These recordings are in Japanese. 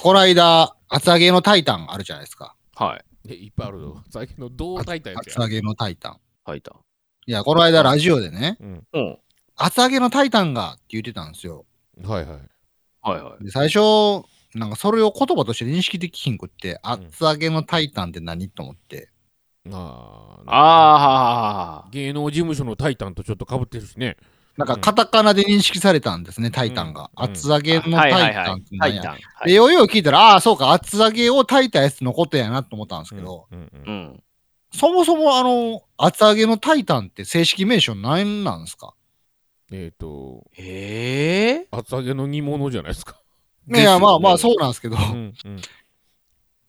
こないだ、厚揚げのタイタンあるじゃないですか。はい。えいっぱいあるの。最近の胴体体やつ厚揚や。げのタイタン。吐いた。いや、この間ラジオでね、うん。うん。厚揚げのタイタンがって言ってたんですよ。はいはい。はいはい。で最初、なんかそれを言葉として認識できひんくって、ん厚揚げのタイタンって何と思って。あーああ。芸能事務所のタイタンとちょっと被ってるしね。なんかカタカナで認識されたんですね、タイタンが。うん厚揚げのはタいイはいタはンってい。なタんイや。タン。はで、いようよう聞いたら、ああ、そうか、厚揚げを炊いたやつのことやなと思ったんですけど、うんうんうんうん。そもそもあの、厚揚げのタイタンって正式名称何なんですかえっと、ええ厚揚げの煮物じゃないですか。いや、まあまあ、う。そうなんですけど、うんうん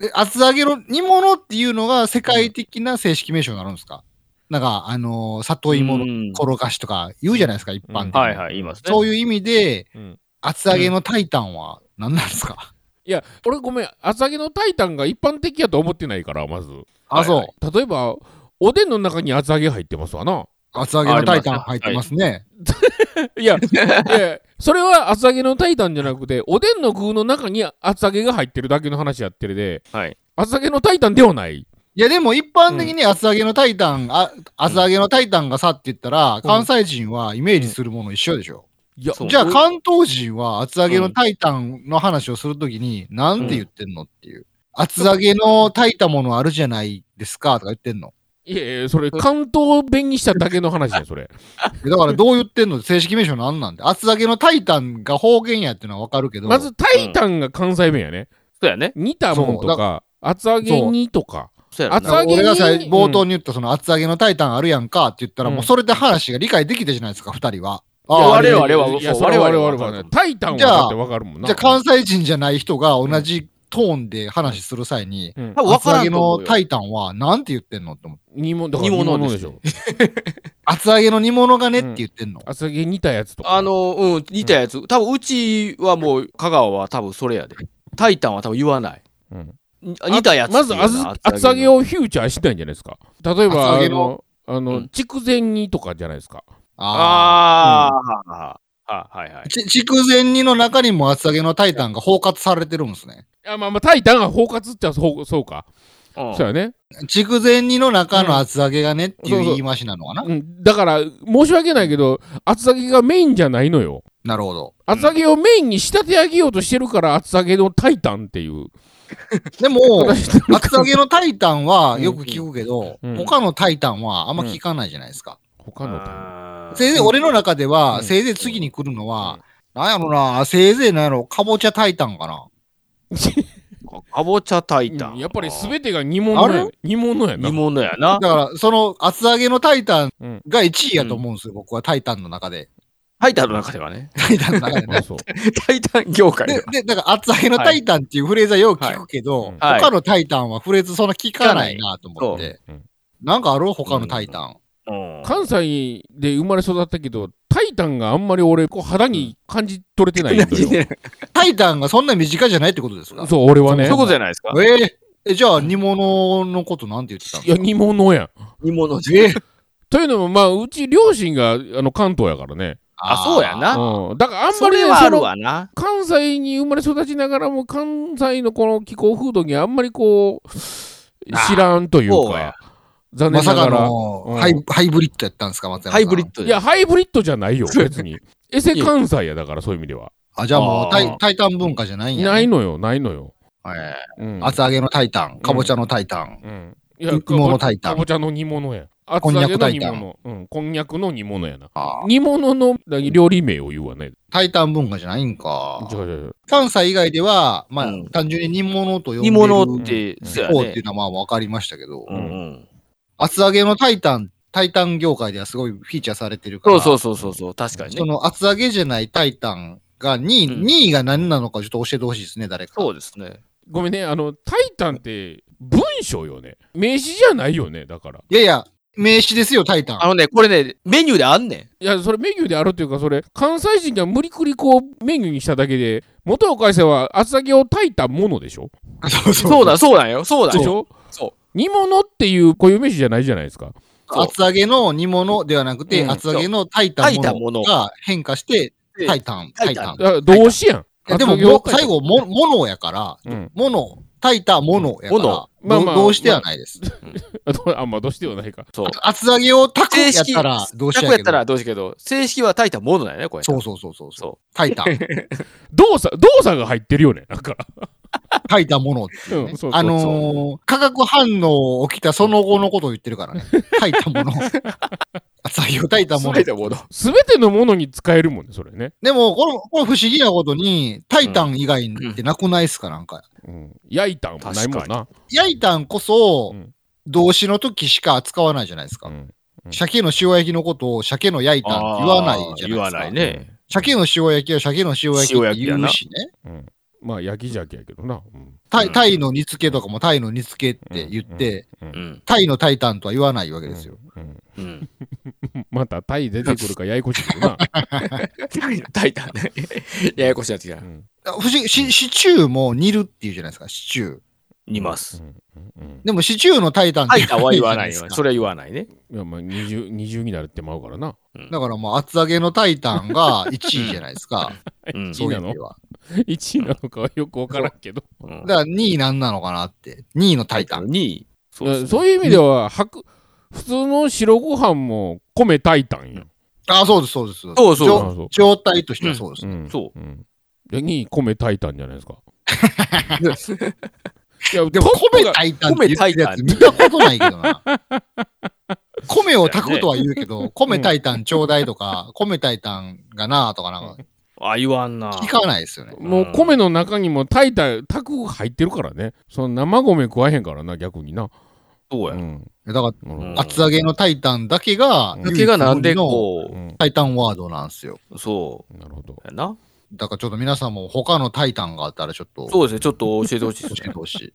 え厚揚げの煮物っていうのが世界的な正式名称になるんですか、なんか、あのー里芋のうん転がしとか言うじゃないですか、一般的に。はいはい、言いますね。そういう意味で、うん厚揚げのタイタンは何なんですか、いや、俺ごめん、厚揚げのタイタンが一般的やと思ってないから、まず。あ、そう、はい例えば、おでんの中に厚揚げ入ってますわな。厚揚げのタイタン入ってますね。 いや、いやそれは厚揚げのタイタンじゃなくて、おでんの具の中に厚揚げが入ってるだけの話やってるで、はい厚揚げのタイタンではない。いや、でも一般的に厚揚げのタイタン、あ厚揚げのタイタンがさって言ったら、関西人はイメージするもの一緒でしょ。いや、そうじゃあ関東人は厚揚げのタイタンの話をするときに、なんて言ってんのっていう。厚揚げの炊いたものあるじゃないですかとか言ってんの。いやいや、それ関東弁にしただけの話だよ、それ。えだからどう言ってんの正式名称なんなんで厚揚げのタイタンが方言やってのはわかるけど。まず、タイタンが関西弁やね。そうやね。煮たもんそうとだか、厚揚げにとか。そうやろ厚揚な。げに俺がさうん冒頭に言ったその厚揚げのタイタンあるやんかって言ったら、うんもうそれで話が理解できたじゃないですか、二人は。いやああ我れ々は、いや、そうそれは我は々はね。タイタンはだってわかるもんな。じゃあ関西人じゃない人が同じトーンで話する際に、うん多分分厚から揚んげと思のうよタイタンはなんて言ってんのって思って。煮物だから煮煮物物でですしょ。厚揚げの煮物がねって言ってんの。厚揚げ煮たやつとか。あの、うん、似たやつ。多分、うちはもう、香川は多分それやで。タイタンは多分言わない。うんに似たやつ。まずあず厚揚げ。をフューチャーしたいんじゃないですか例え厚ば揚あげののあうのん筑前煮とかじゃないですかあああ、あはいはいあ。。ち筑前煮の中にも厚揚げのタイタンが包括されてるんですね。あまあまあタイタンが包括っちゃそうそうかうんそうやね筑前煮の中の厚揚げがねっていう言い回しなのかな、うんだから申し訳ないけど厚揚げがメインじゃないのよなるほど。厚揚げをメインに仕立て上げようとしてるから厚揚げのタイタンっていうで も、形になる厚揚げのタイタンはうんよく聞くけど、うん他のタイタンはあんま聞かないじゃないですか。他のタあーせいぜい俺の中では、うんせいぜい次に来るのは、なんやろな、せいぜいなんやろ、かぼちゃタイタンかな。かかぼちゃ炊イいタたンやっぱり全てが煮物やあ煮物やな煮物やな。だから、その厚揚げのタイタンが1位やと思うんですよ、僕はタイタンの中 で。タイタンの中ではね。タイタンの中であね。そうタイタン業界ででは。、で、だから厚揚げのタイタンっていうフレーズはよう聞くけど、はいはい他のタイタンはフレーズそんな聞かないなと思って。うんなんかある他のタイタン。うん関西で生まれ育ったけどタイタンがあんまり俺こう肌に感じ取れてないんだよそういうタイタンがそんな身近じゃないってことですかそう、俺はね。ことじゃないですか。えーえ、じゃあ煮物のことなんて言ってたんいや、煮物やん。煮物で。えーというのも、まあ、うち両親があの関東やからね。あそうやなうん。だからあんまそりね、れそはあるの、わな。関西に生まれ育ちながらも、関西のこの気候風土にあんまりこう、知らんというそうやか、ま残念なさかがら。のうんハイ,、ハイブリッドやったんですか、松山さん。ハイブリッドいでや、。ハイブリッドじゃないよ、別に。エセ関西やだから、そういう意味では。あ、じゃあもあーうタイタイタン文化じゃないんや、ね。ないのよ、ないのよ。えうんー。厚揚げのタイタン、かぼちゃのタイタン。うん。い肉物炊いたかぼちゃの煮物や。こ厚んに揚ゃげくの炊煮いた物。うん。こんにゃくの煮物やな。あー煮物の料理名を言うわね。タイタン文化じゃないんか違。う違う違う関西以外では、まあ、うん単純に煮物と呼んで煮る物って、そうや方っていねう。のはまあ分かりましたけど、うんうん。厚揚げのタイタン、タイタン業界ではすごいフィーチャーされてるそから、うそうそうそうそう、確かにねそ。の厚揚げじゃないタイタンが2位、うん2位が何なのかちょっと教えてほしいですね、誰か。そうですね。ごめんね、あの、タイタンって文章よね。名詞じゃないよね、だから。いやいや、名詞ですよ、タイタン。あのね、これね、メニューであんねん。いや、それメニューであるというか、それ、関西人が無理くりこう、メニューにしただけで、元を返せは厚揚げを炊いたものでしょそうそうだ、そうなんよ。そうなんでしよ。ょそう煮物っていう固有名詞じゃないじゃないですか。そう 厚揚げの煮物ではなくて、うん厚揚げの炊いた炊いたももののが変化して、でタイタン、タ炊イいたタン。だから動詞やん。いやでも厚揚げばもっ、かり最後、も、ものやから、うん。もの、炊いたものやから、ものまあまあどどうしてはないです。あ どあんまあどうしてはないか。そう。厚揚げを炊くやっ正式たら、どうして100やったらどうしようけど、正式は炊いたものだよね、これ。そうそうそうそう。そうそ炊いた。 動作、動作が入ってるよね。なんか。炊いたものっていううねんそうそうそうあのー化学反応起きたその後のことを言ってるからね。炊いたもの。厚揚げを炊いたう。もの炊い。たもの。すべてのものに使えるもんね、それね。でも、この、この不思議なことに、タイタン以外ってなくないっすか、なんか。うん。焼いたんもないもんな。焼いたんこそ、うん動詞の時しか扱わないじゃないですか。うんうん鮭の塩焼きのことを鮭の焼いたんって言わないじゃないですか。言わないね。鮭の塩焼きは鮭の塩焼きって言うしね。うん。まあ、焼き鮭やけどな。うん。タうイんタイの煮付けとかもタイの煮付けって言って、うんう。ん。タイのタイタンとは言わないわけですよ。うん。うん。また、タイ出てくるかややこしいけどな。炊いた ね。ややこしいやつがう。ん。あ不思議しシチューも煮るっていうじゃないですか、シチュー。煮まうす。んうんでもシチューのタイタンって炊いたは言わない じゃよ。ですそかれは言わないね。うん。いや、まあ、二重、二重になるってまうからな。うんだからもう厚揚げのタイタンが1位じゃないですか。うん一そう位いうな意の味では。 一位なのかはよくわからんけど。うんだから2位なんなのかなって。2位のタイタン。に、そうんそうういう意味では、白、普通の白ご飯も米炊いたんや。あ、そうです、そうです。そうそうじあょそう状態としてはそうです。んそうん。で、2位、米炊いたんじゃないですか。です ね。いや、でもトップ米が炊いたんって言ってるやつ見たことないけどな。米を炊くとは言うけど、米炊いたんちょうだいとか、米炊いたんがなとかなんかあ、言わんな。聞かないですよね。もう米の中にも炊いた、炊く入ってるからね。その生米食わへんからな、逆にな。そうや。うん。だかうんら、厚揚げの炊いたんだけが、うん抜けがなんでここうう、んう、炊いたんワードなんですよ。そなるほどう。。やな。だからちょっと皆さんも他の炊いたんがあったらちょっと、そうですね。ちょっと教えてほしいです教えてね。ほしい。